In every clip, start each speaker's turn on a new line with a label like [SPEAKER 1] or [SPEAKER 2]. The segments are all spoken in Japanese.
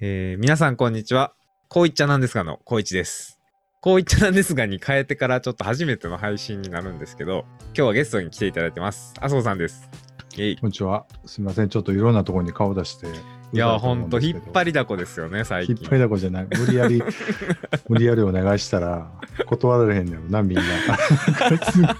[SPEAKER 1] えー皆さんこんにちは。こういっちゃなんですがのこういちです。こういっちゃなんですがに変えてからちょっと初めての配信になるんですけど、今日はゲストに来ていただいてます。麻生さんです。イェイ。い
[SPEAKER 2] こんにちは。すみません。ちょっといろんなところに顔出して。
[SPEAKER 1] やー、ほんと引っ張
[SPEAKER 2] り。
[SPEAKER 1] りだこですよね、最
[SPEAKER 2] 引
[SPEAKER 1] 近。
[SPEAKER 2] っ張りだこじゃない。無理 やり、無理やりお願いしたら、断られへんねやろな、みんな。すごい。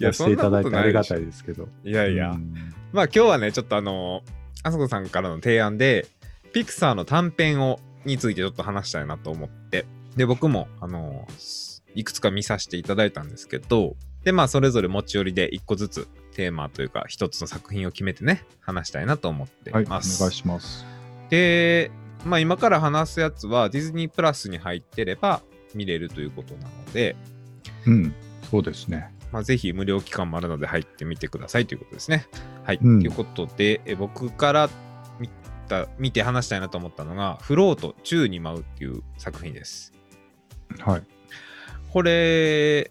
[SPEAKER 1] いや
[SPEAKER 2] 出していただい
[SPEAKER 1] そんなこと
[SPEAKER 2] て
[SPEAKER 1] ない
[SPEAKER 2] ありがたいですけど。
[SPEAKER 1] いやいや。
[SPEAKER 2] うん
[SPEAKER 1] まあ今日はね、ちょっとあのー、麻生さんからの提案で、ピクサーの短編を、についてちょっと話したいなと思って、で、僕も、あのー、いくつか見させていただいたんですけど、で、まあそれぞれ持ち寄りで一個ずつテーマというか、一つの作品を決めてね、話したいなと思ってい
[SPEAKER 2] はい、お願
[SPEAKER 1] ま
[SPEAKER 2] い
[SPEAKER 1] す。
[SPEAKER 2] します。
[SPEAKER 1] で、まあ今から話すやつは、ディズニープラスに入ってれば見れるということなので、
[SPEAKER 2] うん。そうですね。
[SPEAKER 1] まあ、ぜひ無料期間もあるので入ってみてくださいということですね。はい。
[SPEAKER 2] うん
[SPEAKER 1] ということで、え僕から見た見て話したいなと思ったのが、フロート宙に舞うっていう作品です。
[SPEAKER 2] はい。
[SPEAKER 1] これ、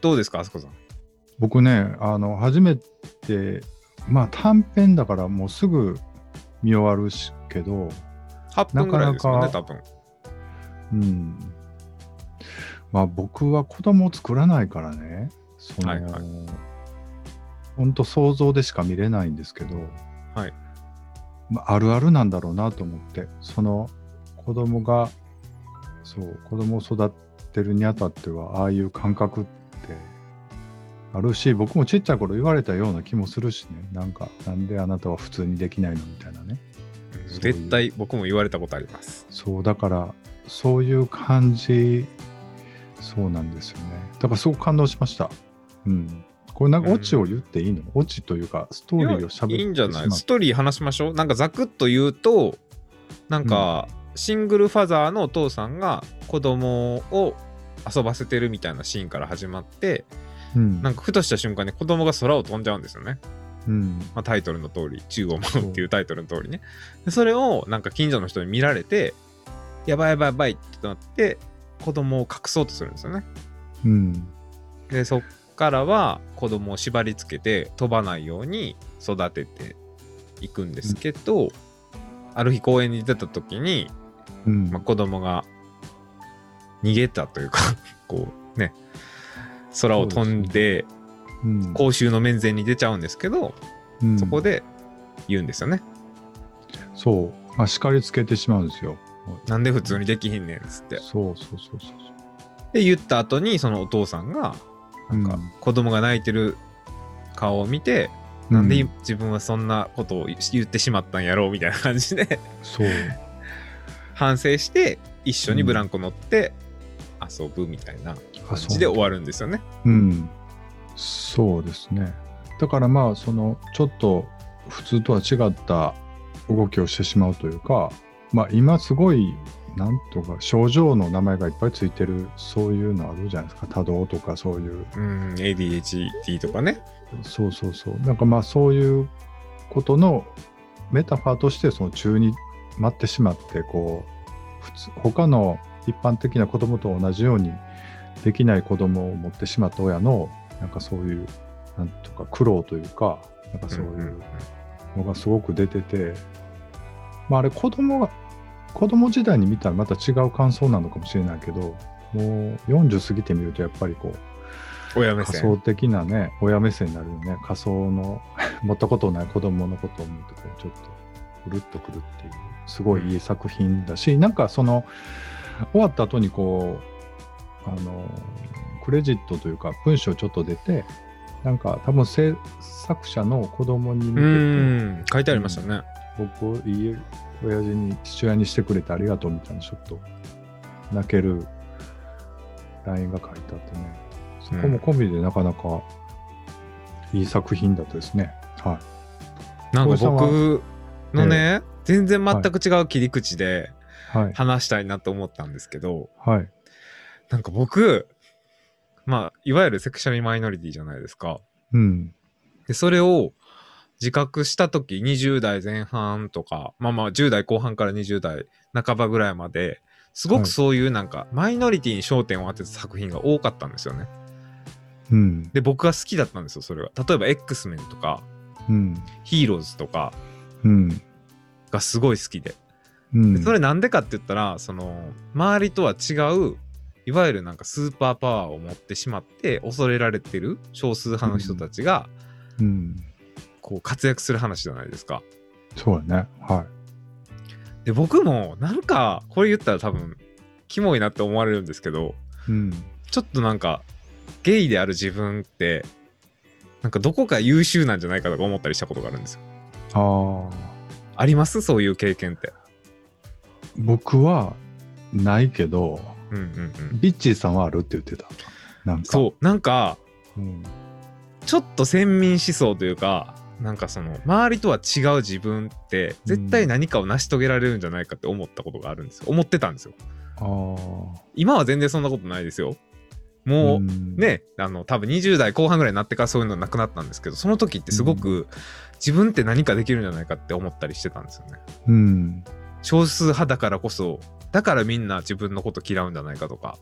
[SPEAKER 1] どうですか、あすこさん。
[SPEAKER 2] 僕ね、あの、初めて、まあ短編だからもうすぐ見終わるしけど、
[SPEAKER 1] 8分ぐらいですよね、
[SPEAKER 2] な
[SPEAKER 1] 多
[SPEAKER 2] か
[SPEAKER 1] 分。
[SPEAKER 2] うん。まあ僕は子供を作らないからね、その、
[SPEAKER 1] はいはい
[SPEAKER 2] ほんと想像でしか見れないんですけど、
[SPEAKER 1] はい
[SPEAKER 2] まあ、あるあるなんだろうなと思って、その子供が、そう、子供を育てるにあたっては、ああいう感覚ってあるし、僕もちっちゃい頃言われたような気もするしね、なんか、なんであなたは普通にできないのみたいなね。
[SPEAKER 1] うん
[SPEAKER 2] そういう
[SPEAKER 1] 絶対僕も言われたことあります。
[SPEAKER 2] そうだからそういう感じそうなんですよねだからすごく感動しましたうんこれなんか
[SPEAKER 1] うん
[SPEAKER 2] オチを言っていいの、オチというかストーリーをしゃべっ
[SPEAKER 1] いい
[SPEAKER 2] てしま
[SPEAKER 1] ん
[SPEAKER 2] う
[SPEAKER 1] じゃないストーリー話しましょう。なんかざくっと言うと、なんか、シングルファザーのお父さんが子供を遊ばせてるみたいなシーンから始まって、
[SPEAKER 2] うん
[SPEAKER 1] なんかふとした瞬間に子供が空を飛んじゃうんですよね。
[SPEAKER 2] うん
[SPEAKER 1] まあ、タイトルの通り、宙を舞うっていうタイトルの通りね。でそれをなんか近所の人に見られて、やばいやばいやばいってなって、子供を隠そうとするんですよね。
[SPEAKER 2] うん
[SPEAKER 1] で、そっからは子供を縛り付けて飛ばないように育てていくんですけど、ある日公園に出た時に、
[SPEAKER 2] うん、
[SPEAKER 1] まあ、子供が逃げたというか、こうね、空を飛ん
[SPEAKER 2] そう
[SPEAKER 1] で、
[SPEAKER 2] うん
[SPEAKER 1] 公衆の面前に出ちゃうんですけど、
[SPEAKER 2] うん
[SPEAKER 1] そこで言うんですよね。
[SPEAKER 2] そう、まあ、叱りつけてしまうんですよ
[SPEAKER 1] なんで普通にできひんねんっつって。
[SPEAKER 2] そうそうそうそうそ
[SPEAKER 1] で、言った後に、そのお父さんが、
[SPEAKER 2] う
[SPEAKER 1] なんか
[SPEAKER 2] うん
[SPEAKER 1] 子供が泣いてる顔を見て、なんで今自分はそんなことを言ってしまったんやろうみたいな感じで
[SPEAKER 2] そう
[SPEAKER 1] 反省して、一緒にブランコ乗って遊ぶみたいな
[SPEAKER 2] あ
[SPEAKER 1] 感
[SPEAKER 2] そ
[SPEAKER 1] じ
[SPEAKER 2] う
[SPEAKER 1] で終わるんですよね。
[SPEAKER 2] うん、そうですね。だからまあそのちょっと普通とは違った動きをしてしまうというか、まあ、今すごいなんとか症状の名前がいっぱいついてるそういうのあるじゃないですか多動とかそういう
[SPEAKER 1] うん、ADHD とかね。
[SPEAKER 2] そうそうそうなんかまあそういうことのメタファーとしてその中に待ってしまってこう普通他の一般的な子供と同じようにできない子供を持ってしまった親のなんかそういうなんとか苦労というかなんかそうい
[SPEAKER 1] んん
[SPEAKER 2] うのがすごく出てて、まああれ子供が子供時代に見たらまた違う感想なのかもしれないけどもう40過ぎてみるとやっぱりこう
[SPEAKER 1] 親目
[SPEAKER 2] 仮
[SPEAKER 1] 線
[SPEAKER 2] 想。的なね親目線になるよね仮想の 持ったことない子供のことを思うとこうちょっとくるっとくるっていうすごいいい作品だし、なんかその終わった後にこうあのクレジットというか文章ちょっと出てなんか多分制作者の子供に
[SPEAKER 1] う
[SPEAKER 2] 向けて
[SPEAKER 1] ん、書いてありましたね。
[SPEAKER 2] 僕をいい親父に父親にしてくれてありがとうみたいなちょっと泣けるラインが書いてあってねそこも込みでなかなかいい作品だったですね。は
[SPEAKER 1] なんか
[SPEAKER 2] お父さんは
[SPEAKER 1] 僕のね、全然全く違う切り口で
[SPEAKER 2] い。はい。
[SPEAKER 1] 話したいなと思ったんですけど、
[SPEAKER 2] はい。
[SPEAKER 1] なんか僕、まあ、いわゆるセクシャルマイノリティじゃないですか。
[SPEAKER 2] うん。
[SPEAKER 1] で、それを自覚した時20代前半とか、まあまあ、10代後半から20代半ばぐらいまで、すご
[SPEAKER 2] は
[SPEAKER 1] く
[SPEAKER 2] い
[SPEAKER 1] そういうなんか、マイノリティに焦点を当てた作品が多かったんですよね。
[SPEAKER 2] うん。
[SPEAKER 1] で、僕が好きだったんですよ、それが。例えば、X メンとか、
[SPEAKER 2] うん。
[SPEAKER 1] ヒーローズとか、
[SPEAKER 2] うん。
[SPEAKER 1] がすごい好きで
[SPEAKER 2] うん
[SPEAKER 1] でそれなんでかって言ったらその周りとは違ういわゆるなんかスーパーパワーを持ってしまって恐れられてる少数派の人たちが
[SPEAKER 2] うん、
[SPEAKER 1] こう活躍する話じゃないですか。
[SPEAKER 2] そうやね。は
[SPEAKER 1] で僕もなんかこれ言ったら多分キモいなって思われるんですけど
[SPEAKER 2] い。うん。
[SPEAKER 1] ちょっとなんかゲイである自分ってなんかどこか優秀なんじゃないかとか思ったりしたことがあるんですよ。
[SPEAKER 2] ああ、
[SPEAKER 1] ありますそういう経験って。
[SPEAKER 2] 僕はないけど、
[SPEAKER 1] うんうんうん。
[SPEAKER 2] ビッチーさんはあるって言ってた。なんか。
[SPEAKER 1] そうなんか
[SPEAKER 2] うん。
[SPEAKER 1] ちょっと先民思想というかなんかその周りとは違う自分って絶対何かを成し遂げられるんじゃないかって思ったことがあるんですよ思ってたんですよ
[SPEAKER 2] ああ。
[SPEAKER 1] 今は全然そんなことないですよもう、
[SPEAKER 2] ん、
[SPEAKER 1] ねあの多分20代後半ぐらいになってからそういうのなくなったんですけどその時ってすごく自分って何かできるんじゃないかって思ったりしてたんですよね
[SPEAKER 2] うん。
[SPEAKER 1] 少数派だからこそだからみんな自分のこと嫌うんじゃないかとか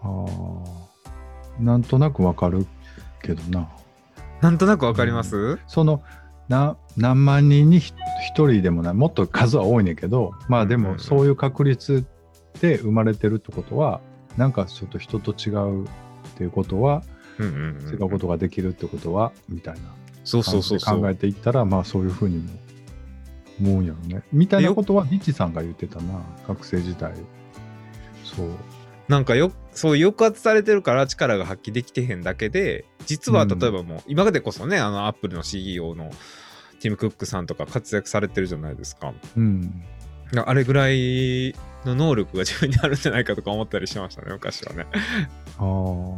[SPEAKER 2] ああ。なんとなくわかるけどな。
[SPEAKER 1] なんとなくわかります、
[SPEAKER 2] そのな何万人にひ一人でもないもっと数は多いねんけどまあで
[SPEAKER 1] うんうん
[SPEAKER 2] もそういう確率で生まれてるってことはなんかちょっと人と違うっていうことは
[SPEAKER 1] うん、うんうんうん
[SPEAKER 2] 違うことができるってことはみたいな
[SPEAKER 1] そうそ
[SPEAKER 2] 感
[SPEAKER 1] うそ
[SPEAKER 2] じ
[SPEAKER 1] う
[SPEAKER 2] で
[SPEAKER 1] そう
[SPEAKER 2] 考えていったらまあそういうふうにも思うんやろねみたいなことはリッチさんが言ってたな学生時代そう
[SPEAKER 1] なんかよそう抑圧されてるから力が発揮できてへんだけで実は
[SPEAKER 2] うん
[SPEAKER 1] 例えばもう、今までこそねあのアップルの CEO のティム・クックさんとか活躍されてるじゃないですか
[SPEAKER 2] うん
[SPEAKER 1] あれぐらいの能力が自分にあるんじゃないかとか思ったりしましたね昔はね
[SPEAKER 2] あー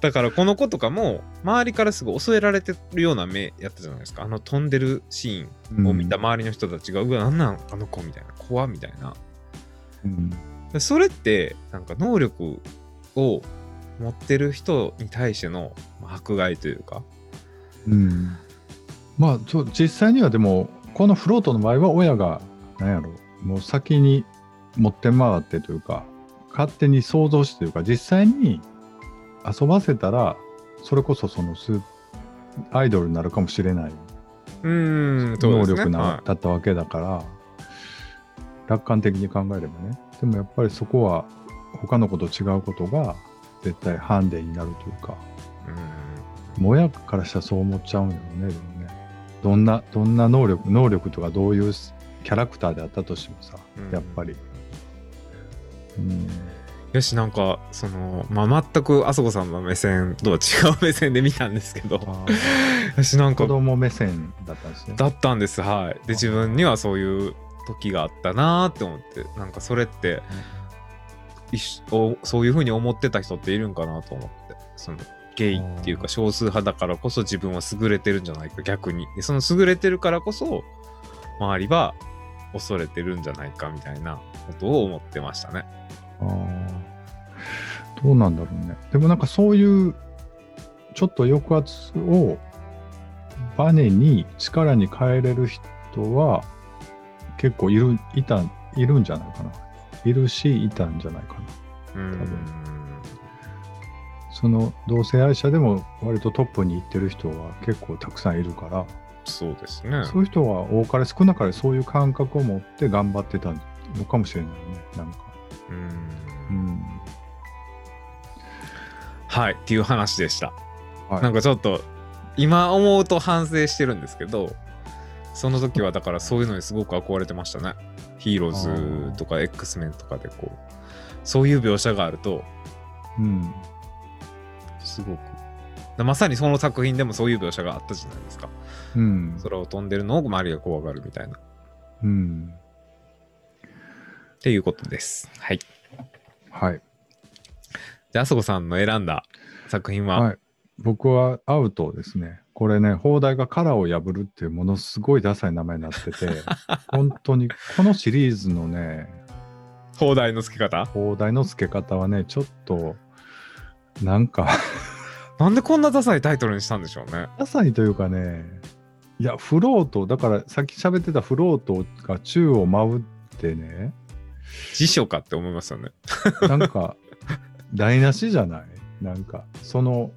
[SPEAKER 1] だからこの子とかも周りからすぐ襲えられてるような目やったじゃないですかあの飛んでるシーンを見た周りの人たちが、うわなんなんあの子みたいな怖みたいな
[SPEAKER 2] うん
[SPEAKER 1] でそれってなんか能力を持ってる人に対してのまあ迫害というか
[SPEAKER 2] うん、まあそう実際にはでもこのフロートの場合は親が何やろもう先に持って回ってというか勝手に想像してというか実際に遊ばせたらそれこそそのスアイドルになるかもしれないう
[SPEAKER 1] ーんそう
[SPEAKER 2] 能
[SPEAKER 1] ですね
[SPEAKER 2] 力な、
[SPEAKER 1] は
[SPEAKER 2] だったわけだから、楽観的に考えればねでもやっぱりそこは他の子と違うことが絶対ハンデになるというか。
[SPEAKER 1] い、う
[SPEAKER 2] もやからしたらそう思っちゃうんだよね、でもね。どんな、どんな能力、能力とかどういうキャラクターであったとしてもさ
[SPEAKER 1] うん、
[SPEAKER 2] やっぱり。うん。
[SPEAKER 1] んよしなんかそのまあ全くあそこさんの目線とは違う目線で見たんですけ ど
[SPEAKER 2] あ
[SPEAKER 1] よしなん
[SPEAKER 2] ー子
[SPEAKER 1] か
[SPEAKER 2] 供目線だったんですね。
[SPEAKER 1] だったんですはいで自分にはそういう時があったなーって思ってなんかそれって一緒おそういうふうに思ってた人っているんかなと思ってそのゲイっていう
[SPEAKER 2] う
[SPEAKER 1] か少数派だからこそ自分は優れてるんじゃないか逆にでその優れてるからこそ周りは恐れてるんじゃないかみたいなことを思ってましたね
[SPEAKER 2] あーどうなんだろうね。でもなんかそういう、ちょっと抑圧をバネに力に変えれる人は結構いる、いた、いるんじゃないかな。いるし、いたんじゃないかな。
[SPEAKER 1] うーん
[SPEAKER 2] 多その同性愛者でも割とトップに行ってる人は結構たくさんいるから、
[SPEAKER 1] そうですね
[SPEAKER 2] そういう人は多かれ少なかれそういう感覚を持って頑張ってたのかもしれないねなんか、
[SPEAKER 1] うー
[SPEAKER 2] うんん、
[SPEAKER 1] はいっていう話でした
[SPEAKER 2] はい
[SPEAKER 1] なんかちょっと今思うと反省してるんですけどその時はだからそういうのにすごく憧れてましたね。ヒーローズとか X メンとかでこうそういう描写があると
[SPEAKER 2] うん、
[SPEAKER 1] すごくまさにその作品でもそういう描写があったじゃないですか。
[SPEAKER 2] うん、
[SPEAKER 1] 空を飛んでるのを周りが怖がるみたいな
[SPEAKER 2] うん、
[SPEAKER 1] っていうことです。はい。
[SPEAKER 2] はい、
[SPEAKER 1] であそこさんの選んだ作品は、
[SPEAKER 2] はい、僕はアウトですねこれね放題が殻を破るっていうものすごいダサい名前になって て本当にこのシリーズのね
[SPEAKER 1] 放題の付け方
[SPEAKER 2] 放題の付け方はねちょっとなんか
[SPEAKER 1] なんでこんなダサいタイトルにしたんでしょうね。
[SPEAKER 2] ダサいというかね、いや、フロート、だからさっき喋ってたフロートが宙を舞って ね、
[SPEAKER 1] 辞書かって思いますよね。
[SPEAKER 2] なんか、台無しじゃないなんか、その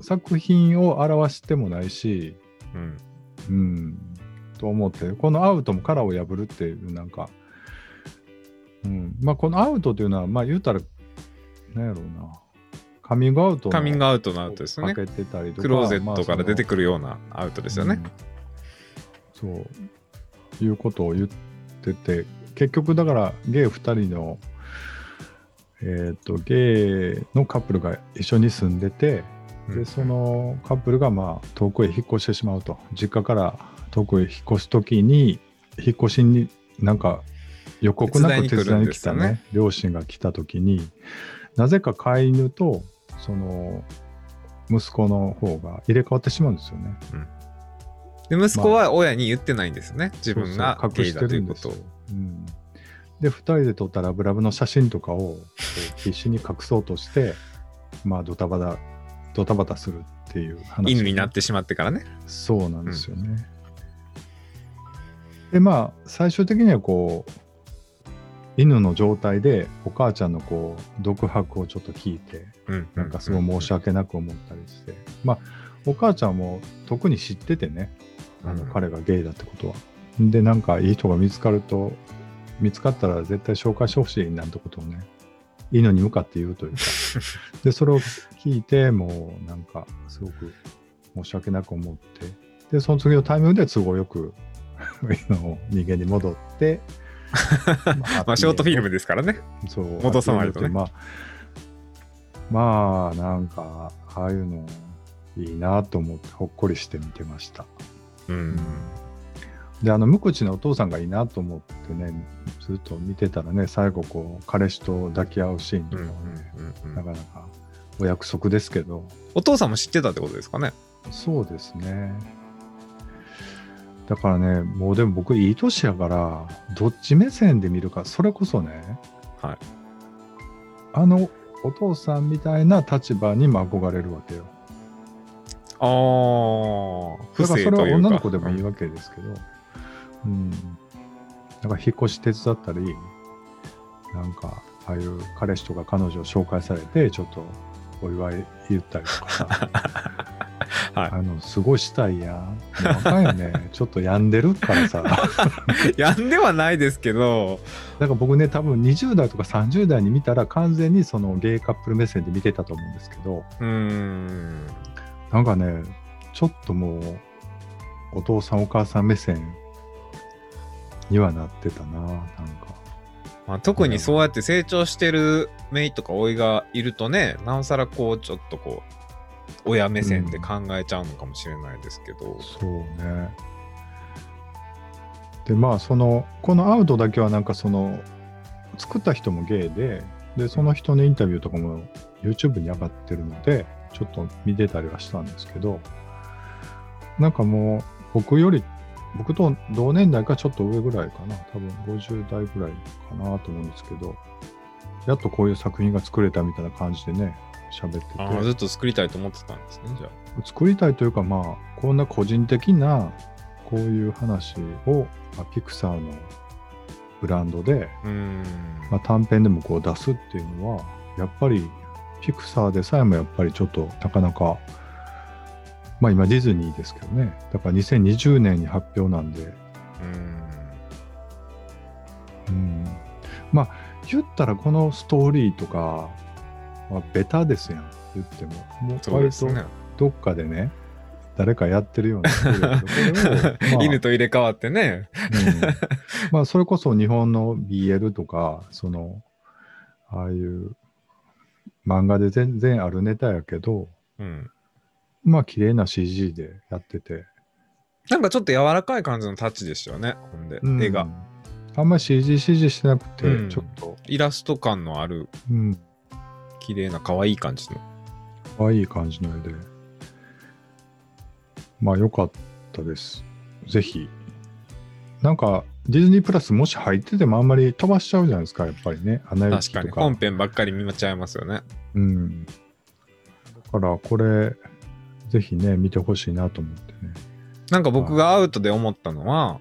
[SPEAKER 2] 作品を表してもないし、
[SPEAKER 1] うん。
[SPEAKER 2] うん、と思ってこのアウトも殻を破るっていうなんか、うんまあ、このアウトというのはまあ言うたらなんやろうなカミングアウト
[SPEAKER 1] カミングアウトのアウトですよね
[SPEAKER 2] かけてたりとか
[SPEAKER 1] クローゼットから出てく
[SPEAKER 2] くる
[SPEAKER 1] るようなアウトですよね。
[SPEAKER 2] うんそういうことを言ってて結局だからゲイ2人の、えー、とゲイのカップルが一緒に住んでて、
[SPEAKER 1] う
[SPEAKER 2] で
[SPEAKER 1] ん
[SPEAKER 2] そのカップルがまあ遠くへ引っ越してしまうと実家から遠くへ引っ越す時に引っ越しになんか予告なく
[SPEAKER 1] 手伝
[SPEAKER 2] 手伝
[SPEAKER 1] いに来るん
[SPEAKER 2] いに
[SPEAKER 1] で
[SPEAKER 2] 来
[SPEAKER 1] すよ
[SPEAKER 2] た
[SPEAKER 1] ね
[SPEAKER 2] ね両親が来た時になぜか飼い犬とその息子の方が入れ替わってしまうんですよね。
[SPEAKER 1] で息子は親に言ってないんですね、自分が
[SPEAKER 2] そうそう
[SPEAKER 1] ゲイだということを
[SPEAKER 2] 隠。してるんですようん、で2人で撮ったラブラブの写真とかをこう必死に隠そうとしてまあドタバタドタバタするっていう話
[SPEAKER 1] 犬になってしまってからね。
[SPEAKER 2] そうなんですよね。でまあ最終的にはこう犬の状態でお母ちゃんのこう独白をちょっと聞いて
[SPEAKER 1] うん、
[SPEAKER 2] なんかすごい申し訳なく思ったりして、まあお母ちゃんも特に知っててねあの
[SPEAKER 1] うん
[SPEAKER 2] 彼がゲイだってことは。でなんかいい人が見つかると見つかったら絶対紹介してほしいなんてことをね犬に向かって言うとい うかでそれを聞いてもうなんかすごく申し訳なく思ってでその次のタイミングで都合よく犬の人間に 戻って、ま
[SPEAKER 1] まあ、ショートフィルム
[SPEAKER 2] で
[SPEAKER 1] ですからね。
[SPEAKER 2] そう
[SPEAKER 1] 戻さないとね
[SPEAKER 2] まあまあなんかああいうのいいなと思ってほっこりして見てました。
[SPEAKER 1] うん。
[SPEAKER 2] であの無口なお父さんがいいなと思ってねずっと見てたらね最後こう彼氏と抱き合うシーン
[SPEAKER 1] う
[SPEAKER 2] と
[SPEAKER 1] ん
[SPEAKER 2] か
[SPEAKER 1] う
[SPEAKER 2] は
[SPEAKER 1] ん
[SPEAKER 2] ね、
[SPEAKER 1] うんう
[SPEAKER 2] なんかなかお約束ですけど
[SPEAKER 1] お父さんも知ってたってことですかね。
[SPEAKER 2] そうですねだからねもうでも僕いい年やからどっち目線で見るかそれこそね、
[SPEAKER 1] はい、
[SPEAKER 2] あのお父さんみたいな立場にも憧れるわけよ
[SPEAKER 1] ああ、不
[SPEAKER 2] だから
[SPEAKER 1] 正
[SPEAKER 2] それは
[SPEAKER 1] というか。、
[SPEAKER 2] 女の子でもいいわけですけど、うん。だから引っ越し手伝ったり、なんか、ああいう彼氏とか彼女を紹介されて、ちょっとお祝い言ったりとかさ
[SPEAKER 1] はい
[SPEAKER 2] あの、過ごしたいやん。もう若いよ ね。ちょっと病んでるからさ。だか
[SPEAKER 1] やんではないですけど、
[SPEAKER 2] ら僕ね、多分20代とか30代に見たら完全にそのゲイカップル目線で見てたと思うんですけど、
[SPEAKER 1] うーん。
[SPEAKER 2] なんかね、ちょっともう、お父さんお母さん目線にはなってたな、なんか。
[SPEAKER 1] まあ、特にそうやって成長してる姪とか甥がいるとね、なおさらこう、ちょっとこう、親目線で考えちゃうのかもしれないですけど。
[SPEAKER 2] そうね。で、まあ、その、このアウトだけはなんかその、作った人もゲイで、で、その人のインタビューとかも YouTube に上がってるので、ちょっと見てたりはしたんですけど、なんかもう、僕より、僕と同年代かちょっと上ぐらいかな、多分50代ぐらいかなと思うんですけど、やっとこういう作品が作れたみたいな感じでね、喋ってて。
[SPEAKER 1] ああ、ずっと作りたいと思ってたんですね、じゃあ。
[SPEAKER 2] 作りたいというかまあこんな個人的なこういう話を、まあ、ピクサーのブランドで、
[SPEAKER 1] うーん。
[SPEAKER 2] まあ、短編でもこう出すっていうのはやっぱりピクサーでさえもやっぱりちょっとなかなかまあ今ディズニーですけどねだから2020年に発表なんで
[SPEAKER 1] うーん。
[SPEAKER 2] うんまあ言ったらこのストーリーとか、まあ、ベタですやん言ってももう
[SPEAKER 1] そうで
[SPEAKER 2] 割
[SPEAKER 1] す
[SPEAKER 2] と
[SPEAKER 1] ね。
[SPEAKER 2] どっかでね誰かやってるようなストーリー だけどこれをまあ
[SPEAKER 1] 犬と入れ替わってね。
[SPEAKER 2] うんまあそれこそ日本の BL とかそのああいう漫画で全然あるネタやけど
[SPEAKER 1] うん。
[SPEAKER 2] まあ綺麗な CG でやってて、
[SPEAKER 1] なんかちょっと柔らかい感じのタッチでしたよね、ほんで、
[SPEAKER 2] うん
[SPEAKER 1] 絵が。
[SPEAKER 2] あんまり CGCG してなくて、
[SPEAKER 1] うん
[SPEAKER 2] ちょっと、
[SPEAKER 1] イラスト感のある、
[SPEAKER 2] うん、
[SPEAKER 1] 綺麗な、可愛い感じの。
[SPEAKER 2] 可愛い感じの絵でまあ良かったですぜひなんかディズニープラスもし入っててもあんまり飛ばしちゃうじゃないですかやっぱりねアナ雪
[SPEAKER 1] 確か
[SPEAKER 2] と
[SPEAKER 1] に、
[SPEAKER 2] か
[SPEAKER 1] 本編ばっかり見ちゃいますよね。
[SPEAKER 2] うん。だから、これ、ぜひね、見てほしいなと思ってね。
[SPEAKER 1] なんか僕がアウトで思ったのは、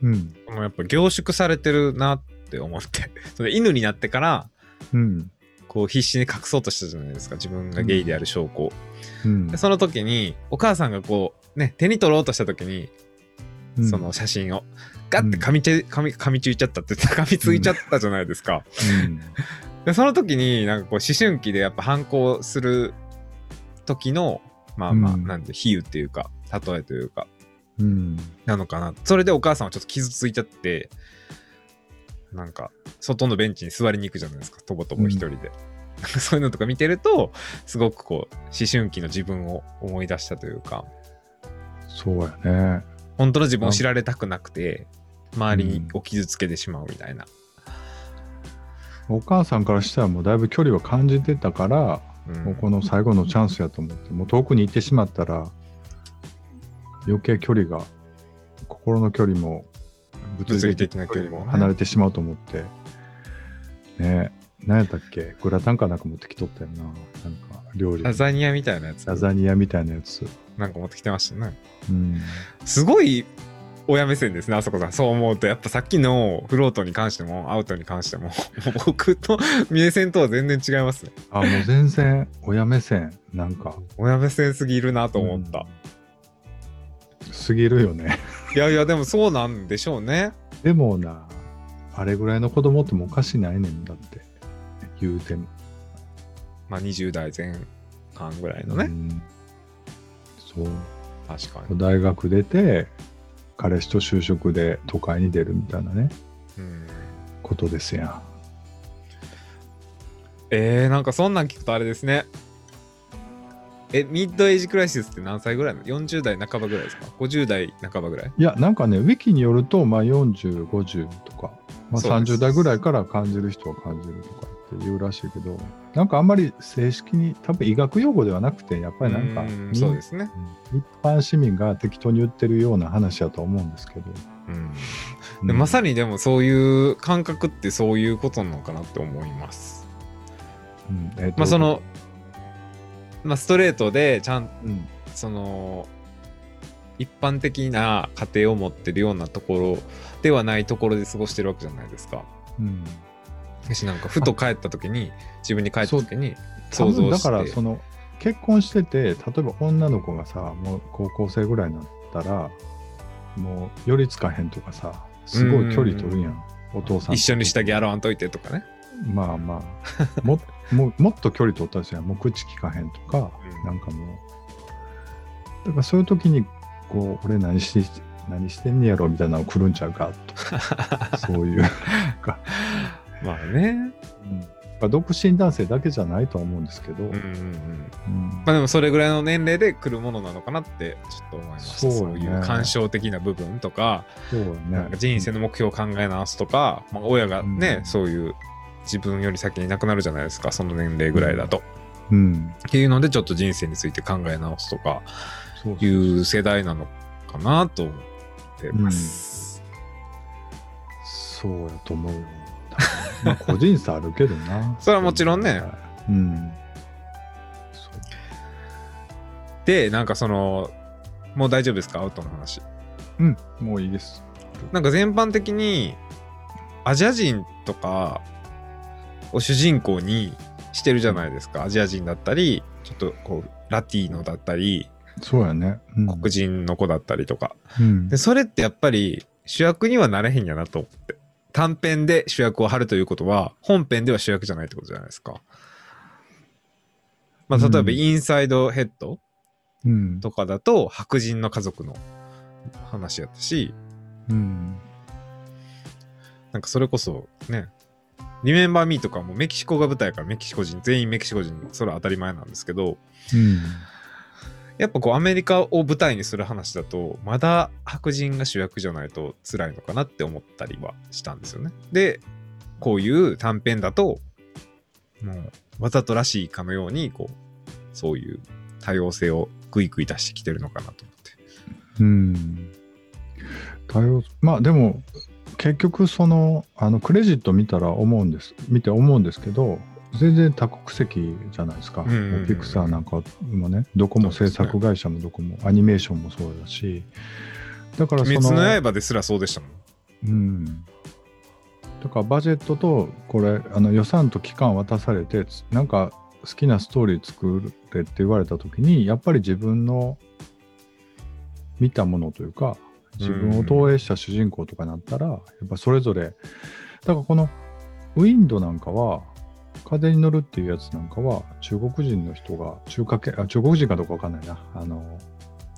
[SPEAKER 2] うん。
[SPEAKER 1] このやっぱ凝縮されてるなって思って、 それ犬になってから、
[SPEAKER 2] うん。
[SPEAKER 1] こう必死に隠そうとしたじゃないですか、自分がゲイである証拠を
[SPEAKER 2] うん
[SPEAKER 1] で。その時に、お母さんがこう、ね、手に取ろうとした時に、
[SPEAKER 2] う ん
[SPEAKER 1] その写真を。ガッて噛みち噛み噛みついちゃったって言 って噛みついちゃったじゃないですか。
[SPEAKER 2] うん
[SPEAKER 1] でその時になんかこう思春期でやっぱ反抗する時のまあまあ、
[SPEAKER 2] うん
[SPEAKER 1] なんて比喩っていうか例えというか
[SPEAKER 2] うん
[SPEAKER 1] なのかなそれでお母さんはちょっと傷ついちゃってなんか外のベンチに座りに行くじゃないですかとぼとぼ一人で、なんか そういうのとか見てるとすごくこう思春期の自分を思い出したというか
[SPEAKER 2] そうやね。
[SPEAKER 1] 本当の自分を知られたくなくて周りを傷つけてしまうみたいな、
[SPEAKER 2] お母さんからしたらもうだいぶ距離を感じてたから、
[SPEAKER 1] うん
[SPEAKER 2] もうこの最後のチャンスやと思って、もう遠くに行ってしまったら、余計距離が、心の距離も、
[SPEAKER 1] 物理的な距離もね
[SPEAKER 2] 離れてしまうと思って、ね何やったっけグラタンかなんか持ってきとったよな。なんか料理。
[SPEAKER 1] ラザニアみたいなやつ
[SPEAKER 2] ラザニアみたいなやつ。
[SPEAKER 1] なんか持ってきてましたね
[SPEAKER 2] うん。
[SPEAKER 1] すごい親目線ですね、あそこさん。そう思うと、やっぱさっきのフロートに関しても、アウトに関しても、も う僕と目線とは全然違いますね。
[SPEAKER 2] あ、もう全然、親目線、なんか、
[SPEAKER 1] 親目線すぎるなと思った。
[SPEAKER 2] すぎるよね。
[SPEAKER 1] いやいや、でもそうなんでしょうね。
[SPEAKER 2] でもな、あれぐらいの子供ってもうおかしないねんだって、言うても。
[SPEAKER 1] まあ20代前半ぐらいのね、
[SPEAKER 2] うんそう。
[SPEAKER 1] 確かに。
[SPEAKER 2] 大学出て、彼氏と就職で都会に出るみたいなね、
[SPEAKER 1] うん、
[SPEAKER 2] ことですやん。
[SPEAKER 1] えー、なんかそんなん聞くとあれですね。え、ミッドエイジクライシスって何歳ぐらいの ?40 代半ばぐらいですか ?50 代半ばぐらい
[SPEAKER 2] いや、なんかね、ウィキによると、まあ40、50とか、まあ、
[SPEAKER 1] そうです
[SPEAKER 2] 30代ぐらいから感じる人は感じるとかっていうらしいけど、なんかあんまり正式に、多分医学用語ではなくて、やっぱりなんか、
[SPEAKER 1] うんそうですね。
[SPEAKER 2] うん一般市民が適当に言ってるような話だと思うんですけど。
[SPEAKER 1] うんでまさ
[SPEAKER 2] に、
[SPEAKER 1] にでもそういう感覚ってそういうことなのかなって思います。
[SPEAKER 2] うんえーと
[SPEAKER 1] まあその、まあ、ストレートでちゃん
[SPEAKER 2] うん
[SPEAKER 1] その一般的な家庭を持ってるようなところではないところで過ごしてるわけじゃないですか。
[SPEAKER 2] うん、
[SPEAKER 1] 私なんかふと帰った時に自分に帰った時に
[SPEAKER 2] 多
[SPEAKER 1] 想
[SPEAKER 2] 分
[SPEAKER 1] 像
[SPEAKER 2] だ
[SPEAKER 1] して
[SPEAKER 2] からその結婚してて例えば女の子がさもう高校生ぐらいになったらもう寄りつかへんとかさすごい距離取るやんお父さん
[SPEAKER 1] 一緒に下着洗わんといてとかね。
[SPEAKER 2] まあまあも もうもっと距離取ったりするやんもう口聞かへんとか、
[SPEAKER 1] うん
[SPEAKER 2] なんかもうだからそういう時にこう俺何し何してんねやろみたいなの来るんちゃうか とそういう
[SPEAKER 1] まあね。
[SPEAKER 2] まあ独身男性だけじゃないとは思うんですけど、
[SPEAKER 1] うんうんうん。
[SPEAKER 2] うん
[SPEAKER 1] まあでもそれぐらいの年齢で来るものなのかなってちょっと思います。
[SPEAKER 2] そうね
[SPEAKER 1] そういう感傷的な部分とか。
[SPEAKER 2] そう
[SPEAKER 1] なん
[SPEAKER 2] ね
[SPEAKER 1] か人生の目標を考え直すとか、まあ、親がね、
[SPEAKER 2] うん
[SPEAKER 1] そういう自分より先に亡くなるじゃないですかその年齢ぐらいだと。
[SPEAKER 2] うん
[SPEAKER 1] っていうのでちょっと人生について考え直すとか
[SPEAKER 2] そう
[SPEAKER 1] い
[SPEAKER 2] そう
[SPEAKER 1] う世代なのかなと思ってます。
[SPEAKER 2] そうやと思うよ。まあ個人差あるけどな。
[SPEAKER 1] それはもちろんね。
[SPEAKER 2] うん。
[SPEAKER 1] でなんかそのもう大丈夫ですかアウトの話。
[SPEAKER 2] そううん、もういいです。
[SPEAKER 1] なんか全般的にアジア人とかを主人公にしてるじゃないですかアジア人だったりちょっとこうラティーノだったり
[SPEAKER 2] そうやね。うん、
[SPEAKER 1] 黒人の子だったりとか。
[SPEAKER 2] うん
[SPEAKER 1] で、それってやっぱり主役にはなれへんやなと思って。短編で主役を張るということは、本編では主役じゃないってことじゃないですか。まあ、例え
[SPEAKER 2] うん
[SPEAKER 1] ば、インサイドヘッド
[SPEAKER 2] うん。
[SPEAKER 1] とかだと、白人の家族の話やったし、
[SPEAKER 2] うん。
[SPEAKER 1] なんかそれこそ、ね、リメンバーミーとかもメキシコが舞台やからメキシコ人、全員メキシコ人、それは当たり前なんですけど、
[SPEAKER 2] うん。
[SPEAKER 1] やっぱこうアメリカを舞台にする話だとまだ白人が主役じゃないと辛いのかなって思ったりはしたんですよね。でこういう短編だともうわざとらしいかのようにこうそういう多様性をグイグイ出してきてるのかなと思って。
[SPEAKER 2] うん。多様まあでも、結局その、あの、クレジット見たら思うんです、見て思うんですけど、全然多国籍じゃないですか。
[SPEAKER 1] んうんうん
[SPEAKER 2] もうピクサーなんかもね、どこも制作会社もどこも、アニメーションもそうだし、だからそ
[SPEAKER 1] 鬼
[SPEAKER 2] の。
[SPEAKER 1] 滅の刃ですらそうでしたもん。
[SPEAKER 2] うん。だからバジェットとこれあの予算と期間渡されてつなんか好きなストーリー作れって言われた時にやっぱり自分の見たものというか自分を投影した主人公とかになったら、やっぱそれぞれ、だからこのウィンドなんかは、風に乗るっていうやつなんかは、中国人の人が、中華系、あ、中国人かどうかわかんないな。あの、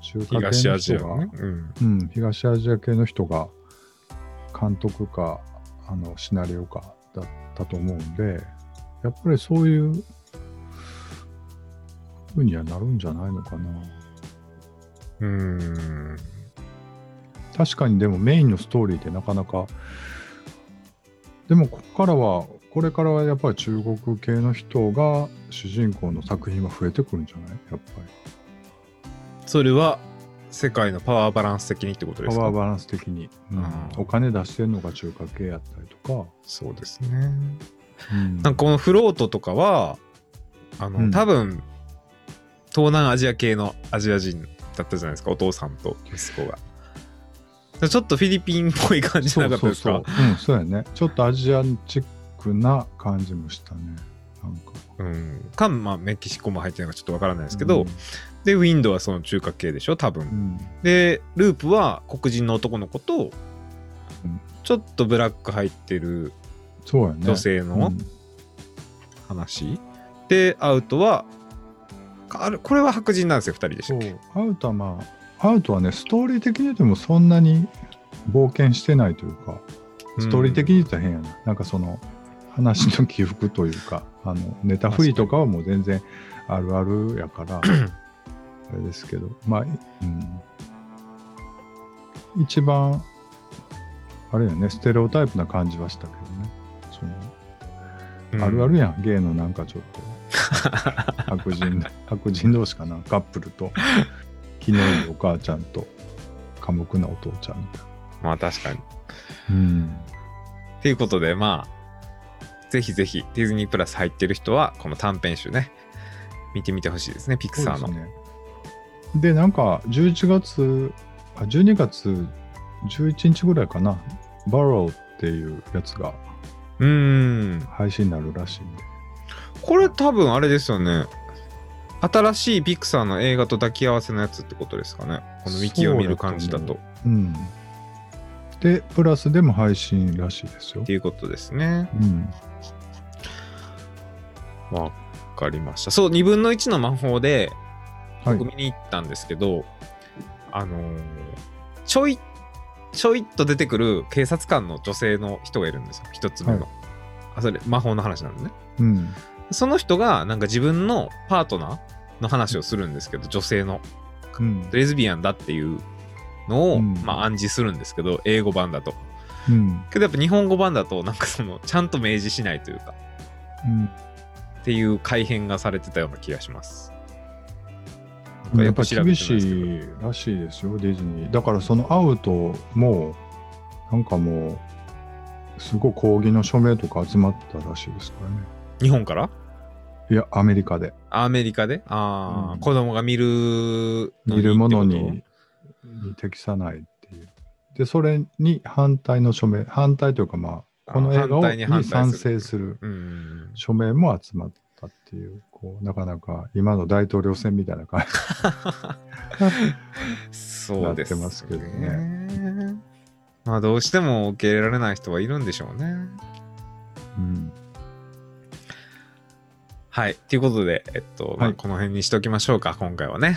[SPEAKER 2] 中華系の
[SPEAKER 1] 東アジ
[SPEAKER 2] 人
[SPEAKER 1] アの
[SPEAKER 2] が、
[SPEAKER 1] ね。うん。
[SPEAKER 2] うん、東アジア系の人が監督かあのシナリオかだったと思うんでやっぱりそういうふうにはなるんじゃないのかな
[SPEAKER 1] うーん。
[SPEAKER 2] 確かにでもメインのストーリーってなかなかでもここからはこれからはやっぱり中国系の人が主人公の作品は増えてくるんじゃないやっぱ
[SPEAKER 1] それは世界のパワーバランス的にってことで
[SPEAKER 2] り
[SPEAKER 1] すか
[SPEAKER 2] パワーバランス的に、うん
[SPEAKER 1] あー
[SPEAKER 2] お金出してるのが中華系やったりとか、
[SPEAKER 1] そうですね。
[SPEAKER 2] うん
[SPEAKER 1] なんかこのフロートとかは、あの、
[SPEAKER 2] うん
[SPEAKER 1] 多分、東南アジア系のアジア人だったじゃないですか、お父さんと息子が。ちょっとフィリピンっぽい感じなかったですか
[SPEAKER 2] そうそうそう、うん、そうやねちょっとアジアンチックな感じもしたねなんか
[SPEAKER 1] うん。か、まあ、メキシコも入ってないからちょっとわからないですけど、で、ウィンドウはその中華系でしょ、多分
[SPEAKER 2] う。ん
[SPEAKER 1] でループは黒人の男の子と
[SPEAKER 2] うん
[SPEAKER 1] ちょっとブラック入ってる
[SPEAKER 2] そうやね
[SPEAKER 1] 女性の
[SPEAKER 2] うん
[SPEAKER 1] 話、でアウトはあれこれは白人なんですよ2人でした
[SPEAKER 2] そう
[SPEAKER 1] っけ
[SPEAKER 2] アウトはまあアウトはねストーリー的に言ってもそんなに冒険してないというかストーリー的に言ったら変やな、なんかその話の起伏という かあのネタフリーとかはもう全然あるあるやからあれですけどまあ、うん、一番あれよねステレオタイプな感じはしたけどねその
[SPEAKER 1] うん
[SPEAKER 2] あるあるやん、ゲイのなんかちょっ と白人白人同士かなカップル と気のいいお母ちゃんと寡黙なお父ちゃんみたいな。
[SPEAKER 1] まあ確かに
[SPEAKER 2] うん
[SPEAKER 1] ということでまあぜひぜひディズニープラス入ってる人はこの短編集ね見てみてほしいですねピクサー
[SPEAKER 2] そ
[SPEAKER 1] の
[SPEAKER 2] うですね。で、なんか、11月、あ、12月11日ぐらいかな、バローっていうやつが
[SPEAKER 1] うーん
[SPEAKER 2] 配信になるらしいんで。
[SPEAKER 1] これ多分あれですよね新しいピクサーの映画と抱き合わせのやつってことですかねこのウィキを見る感じだ
[SPEAKER 2] そうだと
[SPEAKER 1] と
[SPEAKER 2] うん。で、プラスでも配信らしいですよ
[SPEAKER 1] って。いうことですね。
[SPEAKER 2] うん。
[SPEAKER 1] わかりました。そう、2分の1の魔法で、
[SPEAKER 2] はい
[SPEAKER 1] 僕。見に行ったんですけど、あのーちょい、ちょいっと出てくる警察官の女性の人がいるんですよ。一つ目の。
[SPEAKER 2] はい
[SPEAKER 1] あ、それ、魔法の話なんでね。
[SPEAKER 2] うん。
[SPEAKER 1] その人が、なんか自分のパートナーの話をするんですけど、女性の。
[SPEAKER 2] うん。
[SPEAKER 1] レズビアンだっていうのを、
[SPEAKER 2] うん
[SPEAKER 1] まあ暗示するんですけど、英語版だと。
[SPEAKER 2] うん。
[SPEAKER 1] けどやっぱ日本語版だと、なんかその、ちゃんと明示しないというか。
[SPEAKER 2] うん
[SPEAKER 1] っていう改変がされてたような気がします。
[SPEAKER 2] やっぱり厳し
[SPEAKER 1] よく調べてないです
[SPEAKER 2] いらしいですよ、ディズニー。だからそのアウトも、なんかもう、すごい抗議の署名とか集まったらしいですからね。
[SPEAKER 1] けど日本から
[SPEAKER 2] いや、アメリカで。
[SPEAKER 1] アメリカでああ、
[SPEAKER 2] うん
[SPEAKER 1] 子供が見る
[SPEAKER 2] 見るもの
[SPEAKER 1] って
[SPEAKER 2] にに適さないっていう。で、それに反対の署名、反対というか、まあ、
[SPEAKER 1] あ
[SPEAKER 2] この映画
[SPEAKER 1] 反
[SPEAKER 2] を
[SPEAKER 1] 対に
[SPEAKER 2] に
[SPEAKER 1] 反対する
[SPEAKER 2] 賛成する
[SPEAKER 1] ことうん
[SPEAKER 2] 署名も集まったっていう、こうなかなか今の大統領選みたいな感じ。
[SPEAKER 1] そうです、
[SPEAKER 2] やってますけどね
[SPEAKER 1] まあどうしても受け入れられない人はいるんでしょうね。
[SPEAKER 2] うん、
[SPEAKER 1] はい。ということで、えっと、まあ
[SPEAKER 2] はい
[SPEAKER 1] この辺にしておきましょうか、今回はね。